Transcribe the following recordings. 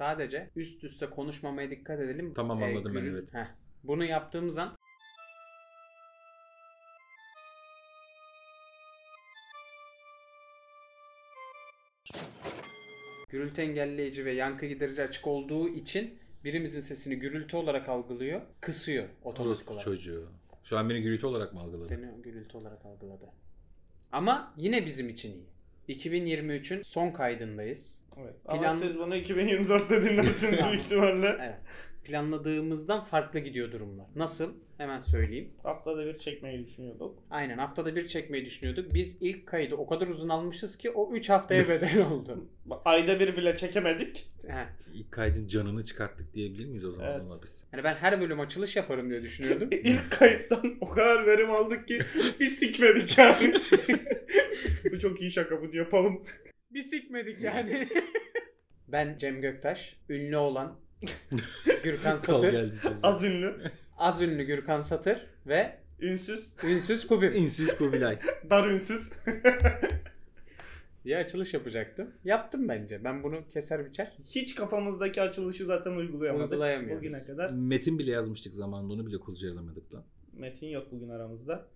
Sadece üst üste konuşmamaya dikkat edelim. Tamam, anladım ben, gürül- evet. Heh. Bunu yaptığımız an gürültü engelleyici ve yankı giderici açık olduğu için birimizin sesini gürültü olarak algılıyor, kısıyor otomatik Orospu olarak. çocuğu. Şu an beni gürültü olarak mı algıladın? Seni gürültü olarak algıladı. Ama yine bizim için iyi. 2023'ün son kaydındayız. Evet. Ama Plan- siz bunu 2024'te dinlersiniz büyük ihtimalle. Evet. Planladığımızdan farklı gidiyor durumlar. Nasıl? Hemen söyleyeyim. Haftada bir çekmeyi düşünüyorduk. Aynen haftada bir çekmeyi düşünüyorduk. Biz ilk kaydı o kadar uzun almışız ki o 3 haftaya bedel oldu. Bak, Ayda bir bile çekemedik. He. İlk kaydın canını çıkarttık diyebilir miyiz o zaman Evet. ona biz? Yani Hani ben her bölüm açılış yaparım diye düşünüyordum. E, İlk kayıttan o kadar verim aldık ki bir sikmedik yani. bu çok iyi şaka bunu yapalım. Bir sikmedik yani. ben Cem Göktaş, ünlü olan Gürkan Kal Satır, geldi çocuğu. Az ünlü, az ünlü Gürkan Satır ve ünsüz, ünsüz Kubim. İnsiz Kubilay. dar ünsüz. diye açılış yapacaktım. Yaptım bence. Ben bunu keser biçer. Hiç kafamızdaki açılışı zaten uygulayamadık. Uygulayamıyoruz. Bugüne kadar. Metin bile yazmıştık zamanında onu bile kurcalamadık lan. Metin yok bugün aramızda.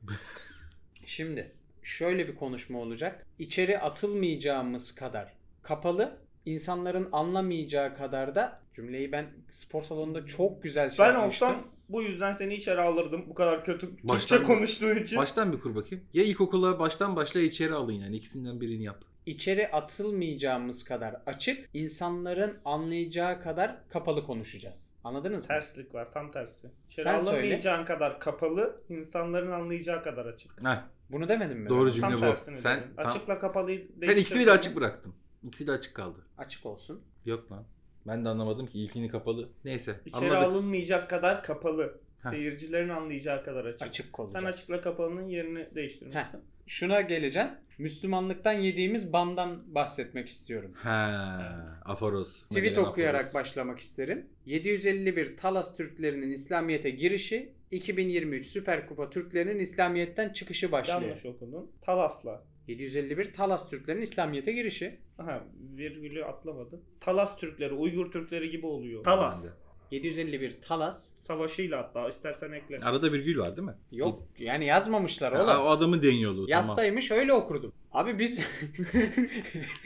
Şimdi şöyle bir konuşma olacak. İçeri atılmayacağımız kadar kapalı, insanların anlamayacağı kadar da cümleyi ben spor salonunda çok güzel şey ben yapmıştım. olsam bu yüzden seni içeri alırdım. Bu kadar kötü Türkçe Baştan- konuştuğun için. Baştan bir kur bakayım. Ya ilkokula baştan başla içeri alın yani ikisinden birini yap. İçeri atılmayacağımız kadar açık, insanların anlayacağı kadar kapalı konuşacağız. Anladınız mı? Terslik var tam tersi. İçeri Sen söyle. alamayacağın kadar kapalı, insanların anlayacağı kadar açık. Heh, Bunu demedim mi? Doğru ben? cümle. Tam bu. tersini Sen- dedim. tam- Açıkla kapalıyı Ben değiştirdin. ikisini de açık bıraktım. İkisi de açık kaldı. Açık olsun. Yok lan. Ben de anlamadım ki ilkini kapalı. Neyse İçeri anladık. alınmayacak kadar kapalı. Heh. Seyircilerin anlayacağı kadar açık. Açık olacağız. Sen açıkla kapalının yerini değiştirmiştin. Şuna geleceğim. Müslümanlıktan yediğimiz bandan bahsetmek istiyorum. Ha, Afaros. Tweet Madalena okuyarak Afaros. başlamak isterim. 751 Talas Türklerinin İslamiyet'e girişi, 2023 Süper Kupa Türklerinin İslamiyet'ten çıkışı başlıyor. Yanlış okudun. Talas'la. 751 Talas Türklerinin İslamiyet'e girişi, Aha virgülü atlamadı. Talas Türkleri, Uygur Türkleri gibi oluyor. Ben de. Talas. 751 Talas Savaşıyla hatta istersen ekle. Arada virgül var değil mi? yok yani yazmamışlar Ya, o oğlum. adamın deniyorluğu tamam. Yazsaymış öyle okurdum. Abi biz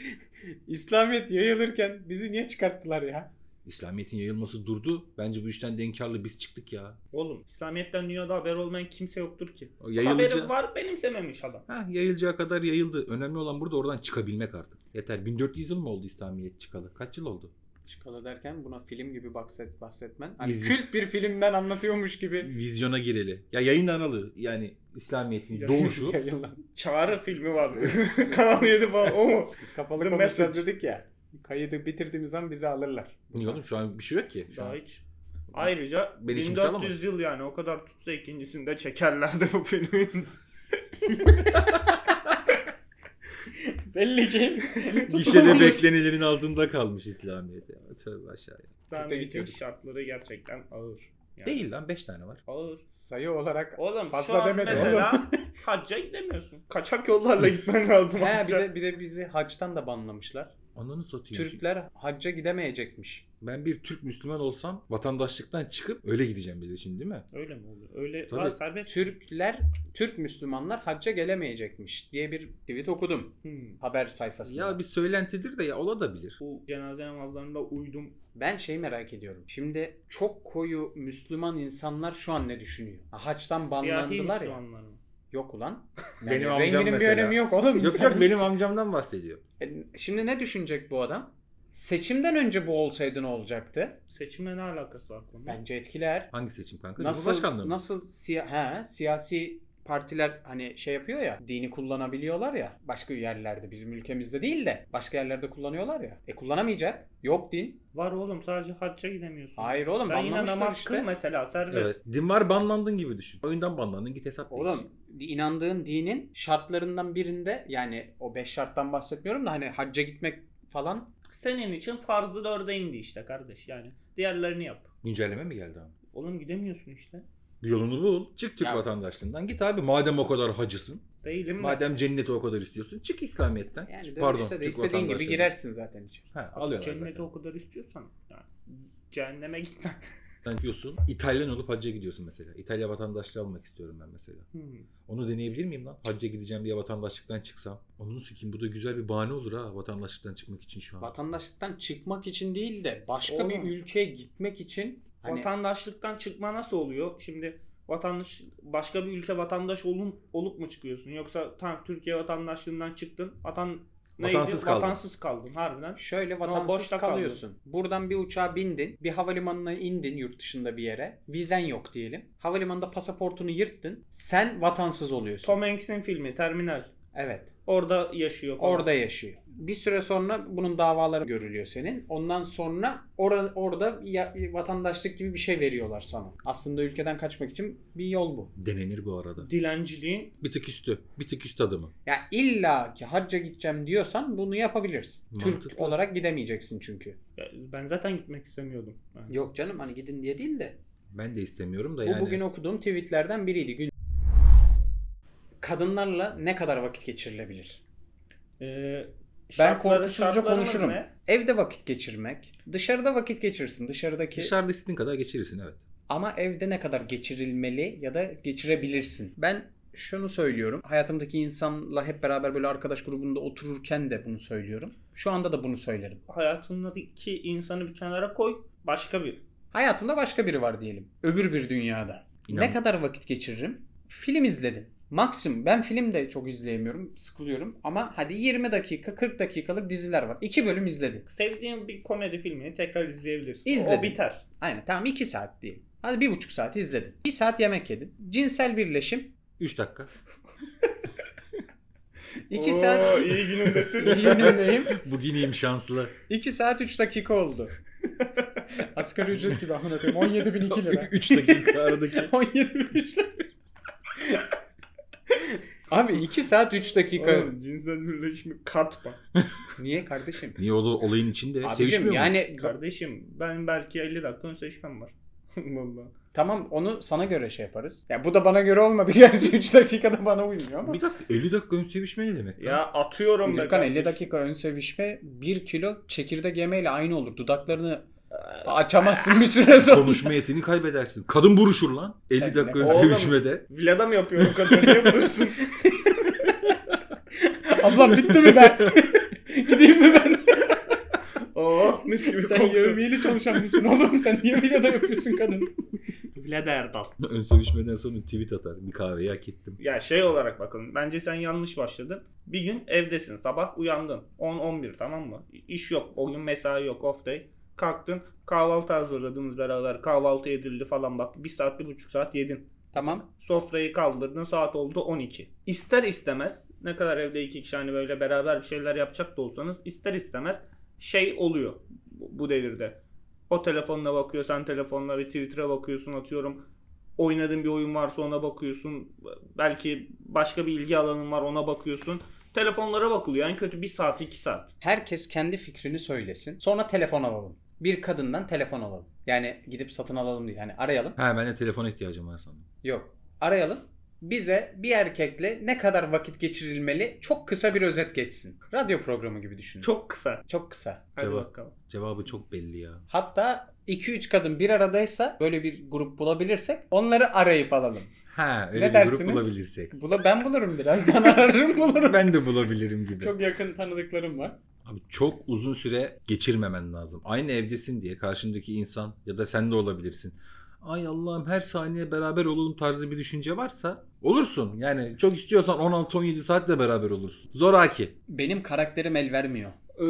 İslamiyet yayılırken bizi niye çıkarttılar ya? İslamiyet'in yayılması durdu. Bence bu işten denkarlı biz çıktık ya. Oğlum İslamiyet'ten dünyada haber olmayan kimse yoktur ki. O Haberi yayılınca... var benimsememiş adam. Ha, yayılacağı kadar yayıldı. Önemli olan burada oradan çıkabilmek artık. Yeter. 1400 yıl mı oldu İslamiyet çıkalı? Kaç yıl oldu? Çıkalı derken buna film gibi bahset, bahsetmen. Hani İzin. kült bir filmden anlatıyormuş gibi. Vizyona gireli. Ya yayınlanalı. Yani İslamiyet'in Ya- doğuşu. Yayınlan. Çağrı filmi var. Kanal 7 falan o mu? Kapalı The konuşacağız message. dedik ya. Kaydı bitirdiğimiz an bizi alırlar. Niye oğlum şu an bir şey yok ki. Şu Daha an. hiç. Ayrıca Beni kimse 1400 yıl yani o kadar tutsa ikincisini de çekerlerdi bu filmin. Belli ki. Gişede beklenilenin altında kalmış İslamiyet. Ya. Tövbe aşağıya. Kötü Zahmetin gidiyorduk. şartları gerçekten ağır. Yani Değil lan 5 tane var. Ağır. Sayı olarak Oğlum Fazla şu an demedi mesela hacca gidemiyorsun. Kaçak yollarla gitmen lazım. He, bir hacca. de bir de bizi hacdan da banlamışlar. Ananı satayım. Türkler hacca gidemeyecekmiş. Ben bir Türk Müslüman olsam vatandaşlıktan çıkıp öyle gideceğim bir de şimdi değil mi? Öyle mi oluyor? Öyle Tabii. Aa, serbest. Türkler Türk Müslümanlar hacca gelemeyecekmiş diye bir tweet okudum Hmm. haber sayfasında. Ya bir söylentidir de ya ola da bilir. Bu cenaze namazlarında uydum. Ben şey merak ediyorum. Şimdi çok koyu Müslüman insanlar şu an ne düşünüyor? Ha, Haçtan Siyahi banlandılar ya. Müslümanlar mı? Yok ulan. Yani Benim amcam renginin mesela. bir önemi yok oğlum. Yok yok benim amcamdan bahsediyor. E, Şimdi ne düşünecek bu adam? Seçimden önce bu olsaydı ne olacaktı? Seçimle ne alakası var konu? Bence etkiler. Hangi seçim kanka? Cumhurbaşkanlığı Nasıl mı? nasıl siya- he, siyasi partiler hani şey yapıyor ya dini kullanabiliyorlar ya başka yerlerde bizim ülkemizde değil de başka yerlerde kullanıyorlar ya. E kullanamayacak. Yok din. Var oğlum sadece hacca gidemiyorsun. Hayır oğlum Sen yine banlamışlar namaz işte. kıl mesela serbest. Evet. Din var banlandın gibi düşün. Oyundan banlandın git hesap değiş. Oğlum inandığın dinin şartlarından birinde yani o beş şarttan bahsetmiyorum da hani hacca gitmek falan Senin için farzı dörde indi işte kardeş yani. Diğerlerini yap. Güncelleme mi geldi ama? Oğlum gidemiyorsun işte. Bir yolunu bul. Çık Türk Ya- vatandaşlığından. Git abi madem o kadar hacısın. Değilim de. Madem cenneti o kadar istiyorsun. Çık İslamiyet'ten. Yani Pardon. dönüşte de Türk istediğin gibi vatandaşlığı. girersin zaten içeri. Ha, alıyorlar Cennete zaten. o kadar istiyorsan yani cehenneme gitme. Sen diyorsun İtalyan olup hacca gidiyorsun mesela. İtalya vatandaşlığı almak istiyorum ben mesela. Hmm. Onu deneyebilir miyim lan? Hacca gideceğim diye vatandaşlıktan çıksam. Onu sikeyim bu da güzel bir bahane olur ha vatandaşlıktan çıkmak için şu an. Vatandaşlıktan çıkmak için değil de başka Oğlum. bir ülkeye gitmek için hani Vatandaşlıktan çıkma nasıl oluyor? Şimdi vatandaş başka bir ülke vatandaş olun, olup mu çıkıyorsun? Yoksa tam Türkiye vatandaşlığından çıktın. Vatan neydi? Vatansız kaldın. Vatansız kaldın harbiden. şöyle boşta vatansız kaldın. kalıyorsun. Buradan bir uçağa bindin, bir havalimanına indin yurt dışında bir yere. Vizen yok diyelim. Havalimanında pasaportunu yırttın. Sen vatansız oluyorsun. Tom Hanks'in filmi Terminal. Evet. Orada yaşıyor falan. Orada yaşıyor. Bir süre sonra bunun davaları görülüyor senin. Ondan sonra or- orada ya- vatandaşlık gibi bir şey veriyorlar sana. Aslında ülkeden kaçmak için bir yol bu. Denenir bu arada. dilenciliğin Bir tık üstü. Bir tık üst adımı. Ya illa ki hacca gideceğim diyorsan bunu yapabilirsin. Türk Mantıklı. olarak gidemeyeceksin çünkü. Ya ben zaten gitmek istemiyordum. Yani Yok canım hani gidin diye değil de. Ben de istemiyorum da Bu yani. bugün okuduğum tweetlerden biriydi. Gün... Kadınlarla ne kadar vakit geçirilebilir? Ee, Ben şartları- korkusuzca şartlarımız konuşurum. ne? Evde vakit geçirmek. Dışarıda vakit geçirsin. Dışarıdaki Dışarıda istediğin kadar geçirirsin evet. Ama evde ne kadar geçirilmeli ya da geçirebilirsin. Ben şunu söylüyorum. Hayatımdaki insanla hep beraber böyle arkadaş grubunda otururken de bunu söylüyorum. Şu anda da bunu söylerim. Hayatındaki insanı bir kenara koy. Başka bir. Hayatımda başka biri var diyelim. Öbür bir dünyada. İnan- Ne kadar vakit geçiririm? Film izledim. Maksimum ben film de çok izleyemiyorum. Sıkılıyorum. Ama hadi 20 dakika 40 dakikalık diziler var. 2 bölüm izledim. Sevdiğin bir komedi filmini tekrar izleyebilirsin. İzledim. O biter. Aynen tamam 2 saat diyelim. Hadi bir buçuk saat izledim. Bir saat yemek yedim. Cinsel birleşim. 3 dakika. 2 saat iyi günündesin. yönündeyim. Bugün iyiyim şanslı. 2 saat 3 dakika oldu. Asgari ücret gibi amına koyayım. 17002 lira. 3 dakika aradaki. 17000 lira. Abi 2 saat 3 dakika. Oğlum, cinsel birleşimi katma. Niye kardeşim? Niye ol- olayın içinde? Abicim Sevişmiyor yani yani... E, Kardeşim ben belki 50 dakika ön seçmem var. Valla. tamam onu sana göre şey yaparız. Ya bu da bana göre olmadı. Gerçi 3 dakikada bana uymuyor ama. Bir dakika 50 dakika ön sevişme ne demek? lan? Ya atıyorum be Gürkan 50 kardeşim. dakika ön sevişme 1 kilo çekirdek yemeyle aynı olur. Dudaklarını açamazsın bir süre sonra. Konuşma yetini kaybedersin. Kadın buruşur lan. 50 dakika ön Oğlum. sevişmede. Vlada mı yapıyorum kadın? Niye vurursun? Ablam bitti mi ben? Gideyim mi ben? Oh, Oo, mis gibi Sen kokuyor. yevmiyeli çalışan mısın oğlum? Sen niye bir da yapıyorsun kadın? Vlada Erdal. Ön sevişmeden sonra tweet atar. Bir kahveyi hak ettim. Ya şey olarak bakalım. Bence sen yanlış başladın. Bir gün evdesin. Sabah uyandın. 10-11 tamam mı? İş yok. O gün mesai yok. Off day. Kalktın. Kahvaltı hazırladınız beraber. Kahvaltı edildi falan bak. Bir saat, bir buçuk saat yedin. Tamam. Sofrayı kaldırdın. Saat oldu 12. İster istemez ne kadar evde iki kişi hani böyle beraber bir şeyler yapacak da olsanız ister istemez şey oluyor bu bu devirde. O telefonla bakıyor, sen telefonla bir Twitter'a bakıyorsun atıyorum. Oynadığın bir oyun varsa ona bakıyorsun. Belki başka bir ilgi alanın var ona bakıyorsun. Telefonlara bakılıyor en kötü bir saat iki saat. Herkes kendi fikrini söylesin. Sonra telefon alalım. Bir kadından telefon alalım. Yani gidip satın alalım değil. Hani arayalım. Ha ben de telefona ihtiyacım var sandım. Yok. Arayalım. Bize bir erkekle ne kadar vakit geçirilmeli çok kısa bir özet geçsin. Radyo programı gibi düşünün. Çok, Çok kısa. çok kısa. Hadi Cevap. bakalım. Cevabı çok belli ya. Hatta 2-3 kadın bir aradaysa böyle bir grup bulabilirsek onları arayıp alalım. Ha Ne öyle bir dersiniz? grup bulabilirsek. Bula, ben bulurum birazdan ararım bulurum. ben de bulabilirim gibi. Çok yakın tanıdıklarım var. Abi çok uzun süre geçirmemen lazım. Aynı evdesin diye karşındaki insan ya da sen de olabilirsin. Ay Allah'ım her saniye beraber olalım tarzı bir düşünce varsa olursun. Yani çok istiyorsan 16-17 saatle beraber olursun. Zoraki. Benim karakterim el vermiyor. Ee,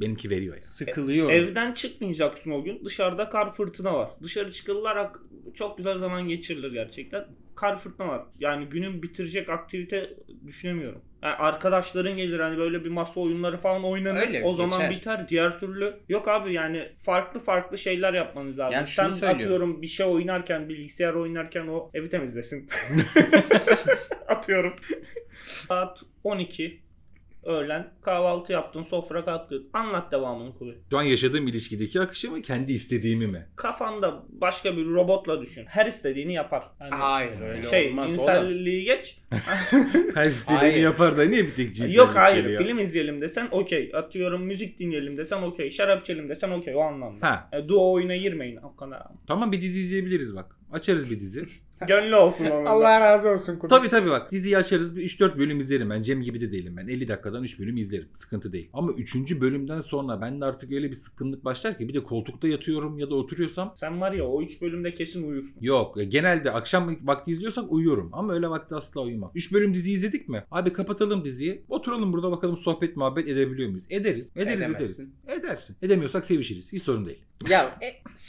Benimki veriyor ya. Sıkılıyorum. Evden çıkmayacaksın o gün. Dışarıda kar fırtına var. Dışarı çıkılarak çok güzel zaman geçirilir gerçekten. Kar fırtına var. Yani günün bitirecek aktivite düşünemiyorum. Yani arkadaşların gelir hani böyle bir masa oyunları falan oynanır. Öyle, o zaman geçer. biter. Diğer türlü yok abi yani farklı farklı şeyler yapmanız lazım. Yani şunu Sen söylüyorum. atıyorum bir şey oynarken bilgisayar oynarken o evi temizlesin. atıyorum. Saat 12 Öğlen kahvaltı yaptın, sofra kalktın. Anlat devamını Kubi. Şu an yaşadığım ilişkideki akışı mı kendi istediğimi mi? Kafanda başka bir robotla düşün. Her istediğini yapar. Yani Hayır öyle şey olmaz oğlum. cinselliği geç. Her istediğimi Hayır. yapar da niye bir tek cinsellik Yok hayır geliyor? film izleyelim desen okey. Atıyorum müzik dinleyelim desen okey. Şarap içelim desen okey o anlamda. Ha E, duo oyuna girmeyin o kadar. tamam bir dizi izleyebiliriz bak. Açarız bir dizi. Gönlü olsun onun da. Allah razı olsun kurban. Tabii tabii bak diziyi açarız bir 3-4 bölüm izlerim ben Cem gibi de değilim ben 50 dakikadan 3 bölüm izlerim sıkıntı değil. Ama 3. bölümden sonra ben de artık öyle bir sıkkınlık başlar ki bir de koltukta yatıyorum ya da oturuyorsam Sen var ya o 3 bölümde kesin uyursun. Yok e, genelde akşam vakti izliyorsak uyuyorum ama öyle vakti asla uyumam. 3 bölüm dizi izledik mi? Abi kapatalım diziyi. Oturalım burada bakalım sohbet muhabbet edebiliyor muyuz? Ederiz. Ederiz Edemezsin. ederiz. Edersin. Edemiyorsak sevişiriz. Hiç sorun değil. Ya e,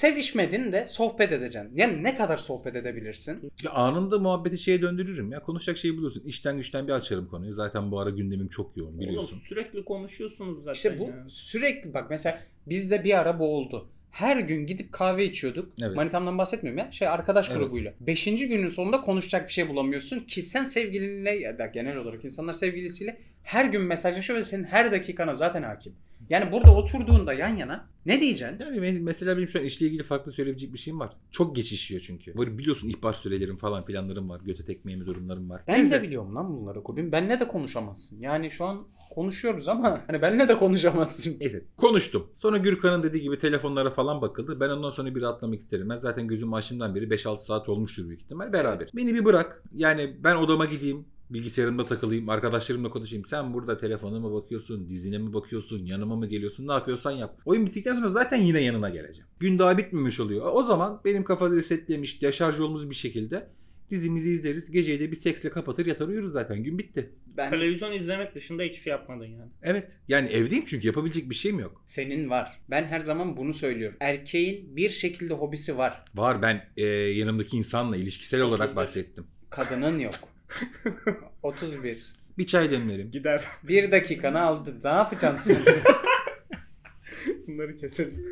sevişmedin de sohbet edeceksin. Yani ne kadar sohbet edebilirsin? Ya anında muhabbeti şeye döndürürüm ya. Konuşacak şeyi bulursun. İşten güçten bir açarım konuyu. Zaten bu ara gündemim çok yoğun biliyorsun. Oğlum sürekli konuşuyorsunuz zaten. İşte bu ya. sürekli bak mesela bizde bir ara bu oldu. Her gün gidip kahve içiyorduk. Evet. Manitamdan bahsetmiyorum ya. Şey arkadaş Evet. grubuyla. Beşinci günün sonunda konuşacak bir şey bulamıyorsun ki sen sevgilinle ya da genel olarak insanlar sevgilisiyle her gün mesajlaşıyor ve senin her dakikana zaten hakim. Yani burada oturduğunda yan yana ne diyeceksin? Yani me- mesela benim şu an işle ilgili farklı söyleyebilecek bir şeyim var. Çok geçişiyor çünkü. Böyle biliyorsun ihbar sürelerim falan filanlarım var. Göte tekmeyemi durumlarım var. Ben Neyse. de biliyorum lan bunları Kubim. Benle de konuşamazsın. Yani şu an konuşuyoruz ama hani benle de konuşamazsın. Neyse konuştum. Sonra Gürkan'ın dediği gibi telefonlara falan bakıldı. Ben ondan sonra bir rahatlamak isterim. Ben zaten gözüm açtığımdan beri 5-6 saat olmuştur büyük ihtimal. Beraber. Beni bir bırak. Yani ben odama gideyim. Bilgisayarımda takılayım. Arkadaşlarımla konuşayım. Sen burada telefonuma bakıyorsun. Dizine mi bakıyorsun? Yanıma mı geliyorsun? Ne yapıyorsan yap. Oyun bittikten sonra zaten yine yanına geleceğim. Gün daha bitmemiş oluyor. O zaman benim kafada resetlemiş, deşarj olmuş bir şekilde dizimizi izleriz. Geceyi de bir seksle kapatır yatar uyuruz zaten. Gün bitti. Ben Televizyon izlemek dışında hiçbir şey yapmadın yani. Evet. Yani evdeyim çünkü yapabilecek bir şeyim yok. senin var. Ben her zaman bunu söylüyorum. Erkeğin bir şekilde hobisi var. Var ben e, yanımdaki insanla ilişkisel olarak 35. bahsettim. Kadının yok. 31. Bir çay demlerim. Gider. Bir dakikanı aldı. Ne yapacaksın sonra? Bunları keselim.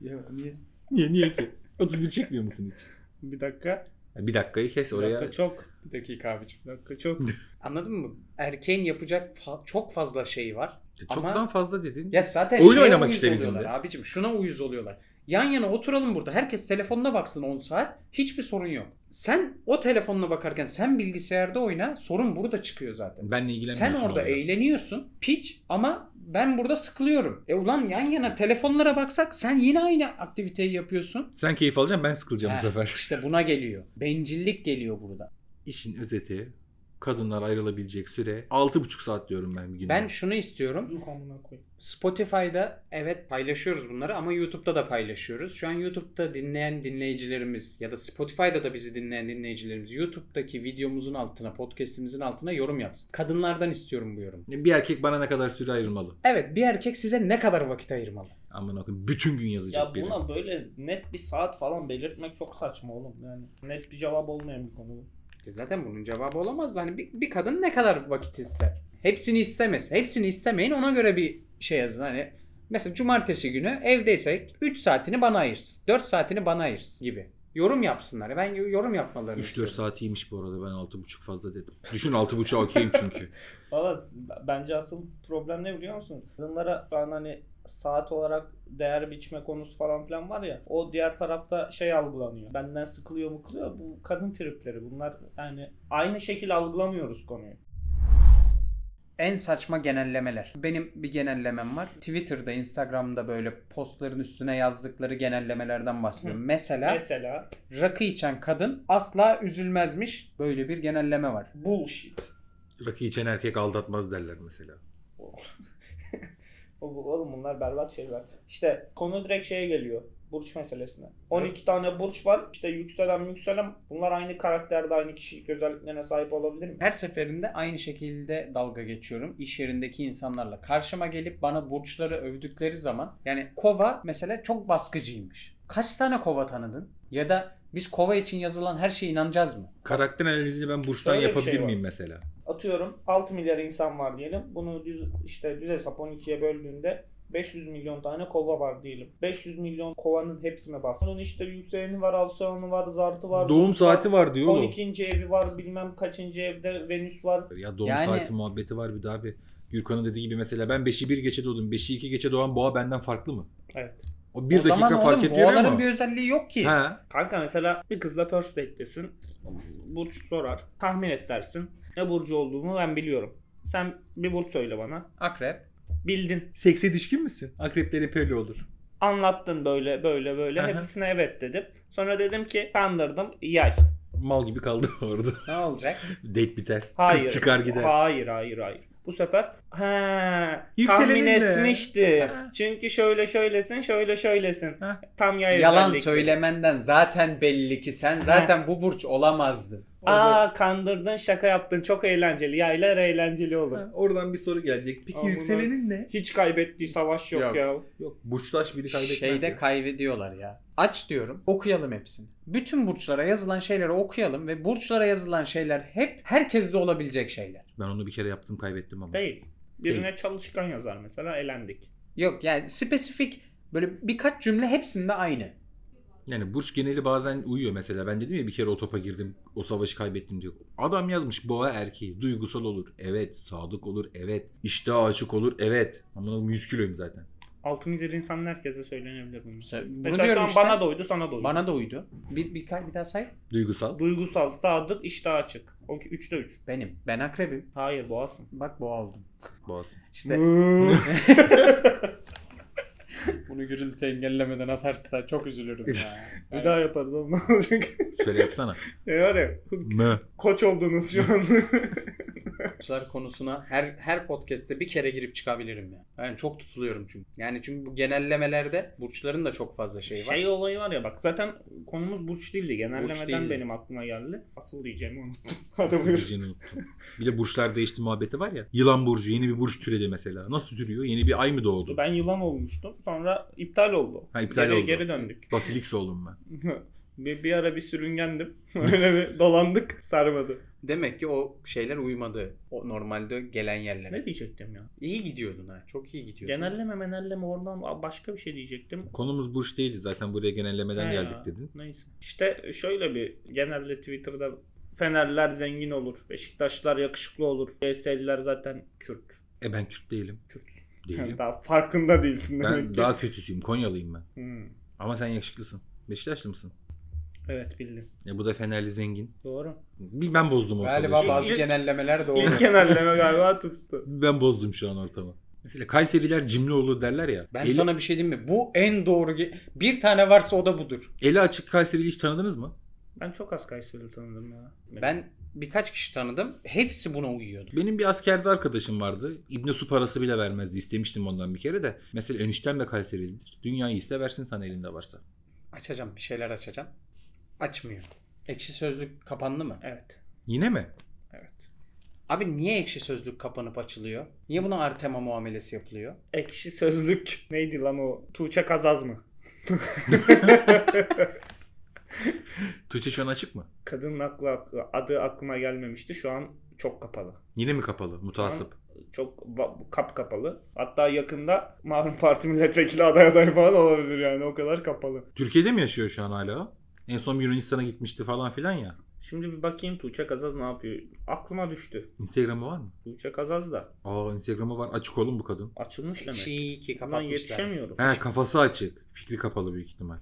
ya niye? Niye niye ki? 31 çekmiyor musun hiç? Bir dakika. Bir dakikayı kes Bir oraya. dakika çok. Bir dakika abicim. Bir dakika çok. Anladın mı? Erkeğin yapacak fa- çok fazla şey var. Çoktan Ama- fazla dedin. Ya zaten Oyun şeye oynamak uyuz işte bizim oluyorlar de. Abicim şuna uyuz oluyorlar. Yan yana oturalım burada. Herkes telefonuna baksın 10 saat. Hiçbir sorun yok. Sen o telefonuna bakarken sen bilgisayarda oyna. Sorun burada çıkıyor zaten. Benle ilgilenmiyorsun. Sen orada olayla. eğleniyorsun. Piç ama ben burada sıkılıyorum. E ulan yan yana telefonlara baksak sen yine aynı aktiviteyi yapıyorsun. Sen keyif alacaksın ben sıkılacağım bu Heh, sefer. İşte buna geliyor. Bencillik geliyor burada. İşin özeti kadınlar ayrılabilecek süre 6,5 saat diyorum ben bir günde. Ben şunu istiyorum. Yuh amına koyayım. Spotify'da evet paylaşıyoruz bunları ama YouTube'da da paylaşıyoruz. Şu an YouTube'da dinleyen dinleyicilerimiz ya da Spotify'da da bizi dinleyen dinleyicilerimiz YouTube'daki videomuzun altına, podcast'imizin altına yorum yapsın. Kadınlardan istiyorum bu yorumu. bir erkek bana ne kadar süre ayrılmalı? Evet bir erkek size ne kadar vakit ayırmalı? Aman okuyayım. Bütün gün yazacak Ya biri. buna böyle net bir saat falan belirtmek çok saçma oğlum. Yani net bir cevap olmayan bir konu. bu. E Zaten bunun cevabı olamaz. da Hani bir, bir kadın ne kadar vakit ister? Hepsini istemez. Hepsini istemeyin ona göre bir şey yazın. Hani mesela cumartesi günü evdeysek 3 saatini bana ayırsın. 4 saatini bana ayırsın gibi. Yorum yapsınlar. Ben yorum yapmalarını 3-4 istiyorum. saat iyiymiş bu arada ben 6,5 fazla dedim. Düşün 6,5 okeyim çünkü. Valla bence asıl problem ne biliyor musunuz? Kadınlara ben hani saat olarak değer biçme konusu falan filan var ya o diğer tarafta şey algılanıyor. Benden sıkılıyor mu kılıyor bu kadın tripleri bunlar yani aynı şekil algılamıyoruz konuyu. En saçma genellemeler. Benim bir genellemem var. Twitter'da, Instagram'da böyle postların üstüne yazdıkları genellemelerden bahsediyorum. Mesela Mesela rakı içen kadın asla üzülmezmiş. Böyle bir genelleme var. bullshit. Rakı içen erkek aldatmaz derler mesela. O- Oğlum bunlar berbat şeyler. İşte konu direkt şeye geliyor. Burç meselesine. 12 tane burç var. İşte yükselen yükselen bunlar aynı karakterde aynı kişilik özelliklerine sahip olabilir mi? Her seferinde aynı şekilde dalga geçiyorum. İş yerindeki insanlarla karşıma gelip bana burçları övdükleri zaman yani kova mesela çok baskıcıymış. Kaç tane kova tanıdın? Ya da biz kova için yazılan her şeye inanacağız mı? Karakter analizini ben burçtan Şöyle bir yapabilir şey var. miyim mesela? Atıyorum 6 milyar insan var diyelim. Bunu düz işte düz hesap 12'ye böldüğünde 500 milyon tane kova var diyelim. 500 milyon kovanın hepsine bas. Bunun işte yükseleni var, alçalanı var, zartı var. Doğum zırt var, saati var diyor oğlum. 12. evi var, bilmem kaçıncı evde Venüs var. Ya doğum Yani- saati muhabbeti var bir daha bir. Gürkan'ın dediği gibi mesela ben 5'i 1 geçe doğdum. 5'i 2 geçe doğan boğa benden farklı mı? Evet. O 1 o zaman dakika fark oğlum, ediyor boğaların ama. bir özelliği yok ki. He. Kanka mesela bir kızla first date'desin. Burç sorar. Tahmin et dersin. Ne burcu olduğumu ben biliyorum. Sen bir burç söyle bana. Akrep. Bildin. Sekse düşkün müsün? Akrepleri böyle olur. Anlattın böyle böyle böyle. Aha. Hepsine evet dedim. Sonra dedim ki kandırdım yay. Mal gibi kaldı orada. Ne olacak? Date biter. Hayır. Kız çıkar gider. Hayır hayır hayır. Bu sefer ha Yükselenin tahmin ne? etmişti. Ha. Çünkü şöyle şöylesin, şöyle şöylesin. Ha. Tam yay Yalan özellikleri. söylemenden zaten belli ki sen zaten bu burç olamazdın. Orada- Aa kandırdın, şaka yaptın. Çok eğlenceli. Yaylar eğlenceli olur. Ha, Oradan bir soru gelecek. Peki Ama yükselenin ne? Hiç kaybettiği savaş yok, Yok. ya. Yok burçlaş biri kaybetmez Şeyde ya. kaybediyorlar ya. Aç diyorum okuyalım hepsini. Bütün burçlara yazılan şeyleri okuyalım ve burçlara yazılan şeyler hep herkeste olabilecek şeyler. Ben onu bir kere yaptım kaybettim ama. Değil. Birine çalışkan yazar mesela elendik. Yok yani spesifik böyle birkaç cümle hepsinde aynı. Yani burç geneli bazen uyuyor mesela. Ben dedim ya bir kere o topa girdim. O savaşı kaybettim diyor. Adam yazmış boğa erkeği. Duygusal olur. Evet. Sadık olur. Evet. İşte açık olur. Evet. Ama 100 kiloyum zaten. 6 milyar insanın herkese söylenebilir bunu. Mesela bunu mesela şu diyorum an işte. bana doydu, sana doydu. Bana da uydu. Bir, bir, bir daha say. Duygusal. Duygusal, sadık, iştah açık. O 3'te 3. Benim. Ben akrebim. Hayır boğazsın. Bak boğa oldum. Boğazsın. İşte bunu gürültü engellemeden atarsa çok üzülürüm ya. yaparız ondan olacak. Şöyle yapsana. ne var ya? Mı. Koç oldunuz şu an. Burçlar konusuna her her podcast'te bir kere girip çıkabilirim ya. Ben çok tutuluyorum çünkü. Yani çünkü bu genellemelerde burçların da çok fazla şeyi var. şey olayı var ya bak zaten konumuz burç değildi. Genellemeden Burç değildi. benim aklıma geldi. Asıl diyeceğimi unuttum. Hadi buyur. Diyeceğini unuttum. Bir de burçlar değişti muhabbeti var ya. Yılan burcu yeni bir burç türedi mesela. Nasıl türüyor? Yeni bir ay mı doğdu? Ben yılan olmuştum. Sonra iptal oldu. Ha, iptal geri, oldu. geri döndük. Basilix oldum ben. bir, bir ara bir sürüngendim. Öyle bir dolandık sarmadı. Demek ki o şeyler uymadı. O normalde gelen yerlere. Ne diyecektim ya? İyi gidiyordun ha. Çok iyi gidiyordun. Genelleme menelleme oradan başka bir şey diyecektim. Konumuz burç değildi zaten buraya genellemeden He ya, geldik dedin. Neyse. İşte şöyle bir genelde Twitter'da Fenerler zengin olur. Beşiktaşlar yakışıklı olur. CS'liler zaten Kürt. E ben Kürt değilim. Kürt. Değilim. daha farkında değilsin demek ben ki. daha kötüsüyüm. Konyalıyım ben. Hmm. Ama sen yakışıklısın. Beşiktaşlı mısın? Evet bildim. E bu da Fenerli zengin. Doğru. Bir şey ben bozdum ortamı. Galiba şu an. bazı İlk- genellemeler doğru. İlk genelleme galiba tuttu. Ben bozdum şu an ortamı. Mesela Kayseriler cimrioğlu derler ya. Ben eli, sana bir şey diyeyim mi? Bu en doğru. ge- Bir tane varsa o da budur. eli açık Kayseri'yi hiç tanıdınız mı? Ben çok az Kayseri'li tanıdım ya. Ben birkaç kişi tanıdım. Hepsi buna uyuyordu. Benim bir askerde arkadaşım vardı. İbne su parası bile vermezdi. İstemiştim ondan bir kere de. Mesela eniştem de Kayseri'lidir. Dünyayı iste versin sana elinde varsa. Açacağım bir şeyler açacağım. Açmıyor. Ekşi sözlük kapandı mı? Evet. Yine mi? Evet. Abi niye ekşi sözlük kapanıp açılıyor? Niye buna Artema muamelesi yapılıyor? Ekşi sözlük. Neydi lan o? Tuğçe Kazaz mı? Tuğçe şu an açık mı? Kadının aklı, aklı- adı aklıma gelmemişti. Şu an çok kapalı. Yine mi kapalı? Mutasip. Çok ba- kap kapalı. Hatta yakında Marum Parti milletvekili aday adayı falan olabilir yani. O kadar kapalı. Türkiye'de mi yaşıyor şu an hala o? En son Yunanistan'a gitmişti falan filan ya. Şimdi bir bakayım Tuğçe Kazaz ne yapıyor? Aklıma düştü. Instagram'ı var mı? Tuğçe Kazaz da Aa Instagram'ı var. Açık oğlum bu kadın. açılmış demek. Çiğ Şey, ki Ulan kapatmışlar. yetişemiyorum. He kafası açık. Fikri kapalı büyük ihtimal.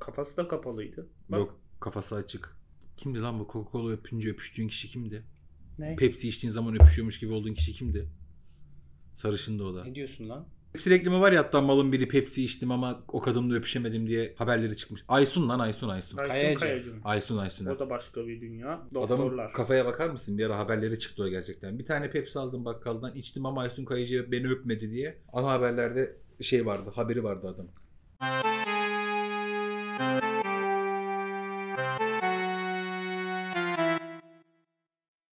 Kafası da kapalıydı. Bak. Yok kafası açık. Kimdi lan bu Coca-Cola öpünce öpüştüğün kişi kimdi? Ne? Pepsi içtiğin zaman öpüşüyormuş gibi olduğun kişi kimdi? Sarışındı o da. Ne diyorsun lan? E, Pepsi reklamı var ya hatta malın biri Pepsi içtim ama o kadınla öpüşemedim diye haberleri çıkmış. Aysun lan Aysun Aysun. Aysun Kayacı. Kayacı'nın. Aysun Aysun. O da başka bir dünya. Adamın Doktorlar. kafaya bakar mısın? Bir ara haberleri çıktı o gerçekten. Bir tane Pepsi aldım bakkaldan içtim ama Aysun Kayıcı beni öpmedi diye. Ana haberlerde şey vardı haberi vardı adam.